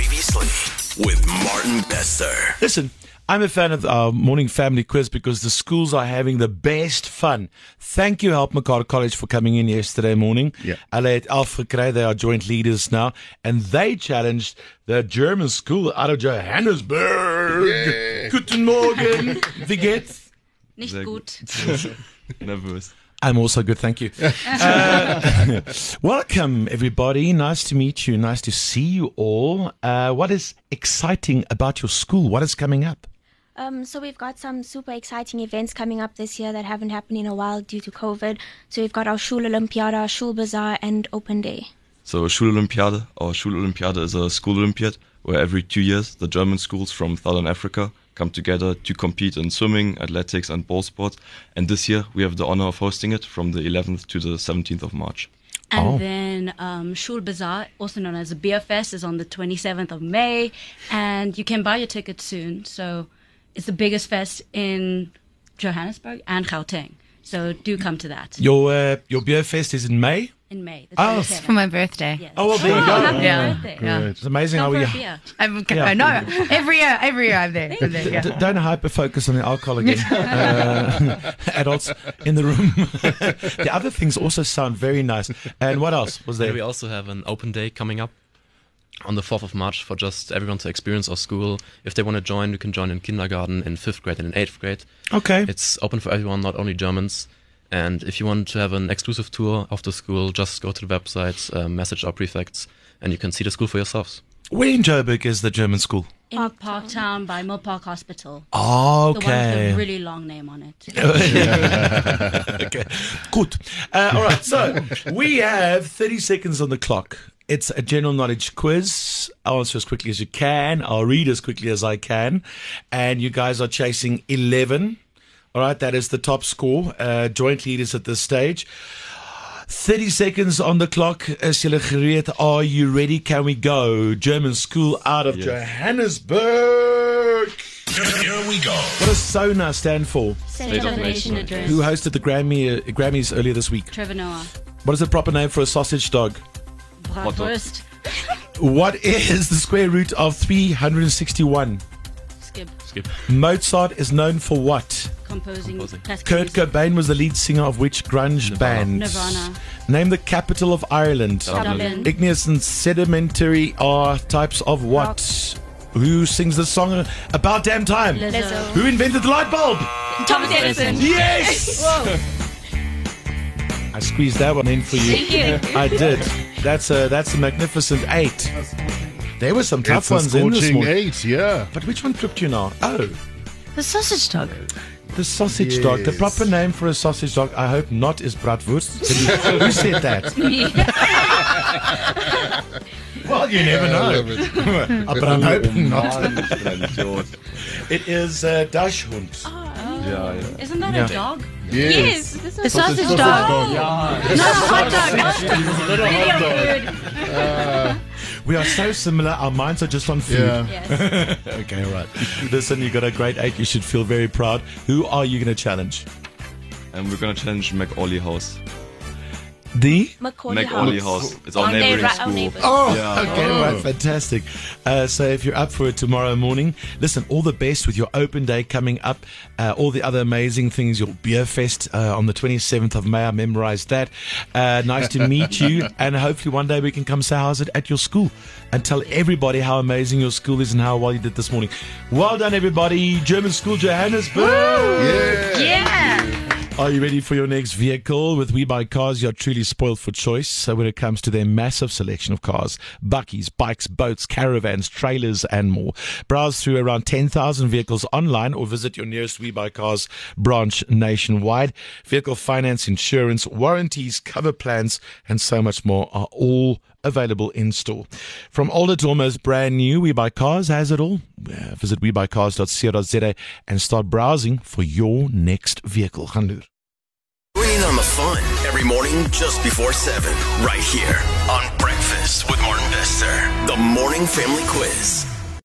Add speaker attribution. Speaker 1: Seriously with Martin Bester.
Speaker 2: Listen, I'm a fan of our morning family quiz because the schools are having the best fun. Thank you, Help McCart College, for coming in yesterday morning.
Speaker 3: Yeah.
Speaker 2: Hulle het 11 gekry. They are joint leaders now. And they challenged the German school out of Johannesburg. Guten Morgen. Wie geht's?
Speaker 4: Nicht gut.
Speaker 5: Nervös.
Speaker 2: I'm also good, thank you. Uh, welcome, everybody. Nice to meet you. Nice to see you all. Uh, what is exciting about your school? What is coming up?
Speaker 6: Um, so we've got some super exciting events coming up this year that haven't happened in a while due to COVID. So we've got our Shul Olympiada, Shul Bazaar, and Open Day.
Speaker 5: So Schulolympiade or Schulolympiade is a school Olympiad where every two years the German schools from Southern Africa come together to compete in swimming, athletics and ball sports. And this year we have the honor of hosting it from the 11th to the 17th of March.
Speaker 4: And
Speaker 2: Oh.
Speaker 4: then um, Shul Bazaar, also known as Beer Fest, is on the 27th of May, and you can buy your ticket soon. So it's the biggest fest in Johannesburg and Gauteng. So do come to that
Speaker 2: Your uh, your beer fest is in May.
Speaker 4: in May. The
Speaker 2: Oh.
Speaker 4: 27th.
Speaker 7: for my birthday.
Speaker 4: Yes.
Speaker 2: Oh, well, there you
Speaker 4: Oh,
Speaker 2: go.
Speaker 4: happy
Speaker 7: Yeah.
Speaker 4: birthday.
Speaker 7: Yeah.
Speaker 2: It's amazing
Speaker 4: Come
Speaker 2: how
Speaker 4: for
Speaker 2: we
Speaker 4: a beer.
Speaker 7: I'm, okay,
Speaker 2: Yeah.
Speaker 7: No, every year, every year I'm there. I'm there, yeah.
Speaker 2: D- don't hyper focus on the alcohol again. uh, adults in the room. the other things also sound very nice. And what else was
Speaker 8: And we
Speaker 2: there?
Speaker 8: also have an open day coming up on the 4th of March for just everyone to experience our school. If they want to join, you can join in kindergarten, in 5th grade, and in 8th grade.
Speaker 2: Okay.
Speaker 8: It's open for everyone, not only Germans. And if you want to have an exclusive tour of the school, just go to the website, uh, message our prefects, and you can see the school for yourselves.
Speaker 2: Where in Joburg is the German school?
Speaker 4: In Parktown by Mill Park Hospital. The one with the
Speaker 2: Okay. Uh,
Speaker 4: really long name on it.
Speaker 2: okay. Good. Uh, all right. So we have 30 seconds on the clock. It's a general knowledge quiz. I'll answer as quickly as you can. I'll read as quickly as I can. And you guys are chasing 11. All right. That is the top score. Uh, joint leaders at this stage. 30 seconds on the clock. Is julle gereed? Are you ready? Can we go? German school out of Johannesburg.
Speaker 1: Here we go.
Speaker 2: What does SONA stand for?
Speaker 6: State
Speaker 5: of the Nation
Speaker 4: address.
Speaker 2: Who hosted the Grammy, uh, Grammys earlier this week?
Speaker 4: Trevor Noah.
Speaker 2: What is the proper name for a sausage dog?
Speaker 4: Bratwurst.
Speaker 2: What is the square root of 361?
Speaker 4: Skip.
Speaker 8: Skip.
Speaker 2: Mozart is known for what?
Speaker 4: Composing.
Speaker 8: Composing.
Speaker 4: classical
Speaker 2: Kurt
Speaker 4: music.
Speaker 2: Cobain was the lead singer of which grunge band?
Speaker 4: Nirvana.
Speaker 2: Name the capital of Ireland.
Speaker 4: Dublin.
Speaker 2: Igneous and sedimentary are types of what? Who sings the song About Damn Time?
Speaker 4: Lizzo.
Speaker 2: Who invented the light bulb?
Speaker 4: Thomas Edison.
Speaker 2: Yes! I squeezed that one in for you. I did. That's a that's a magnificent eight. There were some tough
Speaker 3: It's a
Speaker 2: ones in this
Speaker 3: scorching
Speaker 2: morning.
Speaker 3: eight, yeah.
Speaker 2: But which one flipped you now? Oh,
Speaker 7: The sausage dog.
Speaker 2: the sausage dog. The
Speaker 3: Yes.
Speaker 2: proper name for a sausage dog, I hope not, is bratwurst. Who said that? Well, you never
Speaker 3: I
Speaker 2: know.
Speaker 3: love it.
Speaker 2: Uh, but I'm hoping not.
Speaker 5: Idiot.
Speaker 2: It is uh, dashhund.
Speaker 5: ja, ja.
Speaker 4: Isn't that
Speaker 2: Yeah.
Speaker 4: a dog?
Speaker 3: Yes.
Speaker 7: The sausage, dog. Not a hot dog.
Speaker 2: We are so similar. Our minds are just on food.
Speaker 3: Yeah.
Speaker 4: Yes.
Speaker 2: Okay, all right. Listen, you got a great eight. You should feel very proud. Who are you going to challenge?
Speaker 5: And we're gonna challenge McAuley House.
Speaker 2: The
Speaker 6: Macaulay
Speaker 5: McAuley
Speaker 6: House.
Speaker 5: House. It's our, neighboring
Speaker 6: neighbor- our
Speaker 5: school.
Speaker 6: neighbors.
Speaker 2: Oh,
Speaker 5: Yeah.
Speaker 2: okay,
Speaker 3: Oh.
Speaker 2: right, fantastic. Uh, so if you're up for it tomorrow morning, listen, all the best with your open day coming up, uh, all the other amazing things, your beer fest uh, on the 27th of May. I memorized that. Uh, nice to meet you, and hopefully one day we can come say how's it at your school and tell everybody how amazing your school is and how well you did this morning. Well done, everybody. German School Johannesburg. Are you ready for your next vehicle? With We Buy Cars, you're truly spoiled for choice So when it comes to their massive selection of cars buggies, bikes, boats, caravans, trailers, and more. Browse through around 10,000 vehicles online or visit your nearest We Buy Cars branch nationwide. Vehicle finance, insurance, warranties, cover plans, and so much more are all available in store. From older to almost brand new, We Buy Cars has it all. Uh, Visit webuycars.co.za and start browsing for your next vehicle. Gaan loer.
Speaker 1: Join in on the fun every morning just before 7, right here on Breakfast with Martin Bester. The Morning Family Quiz.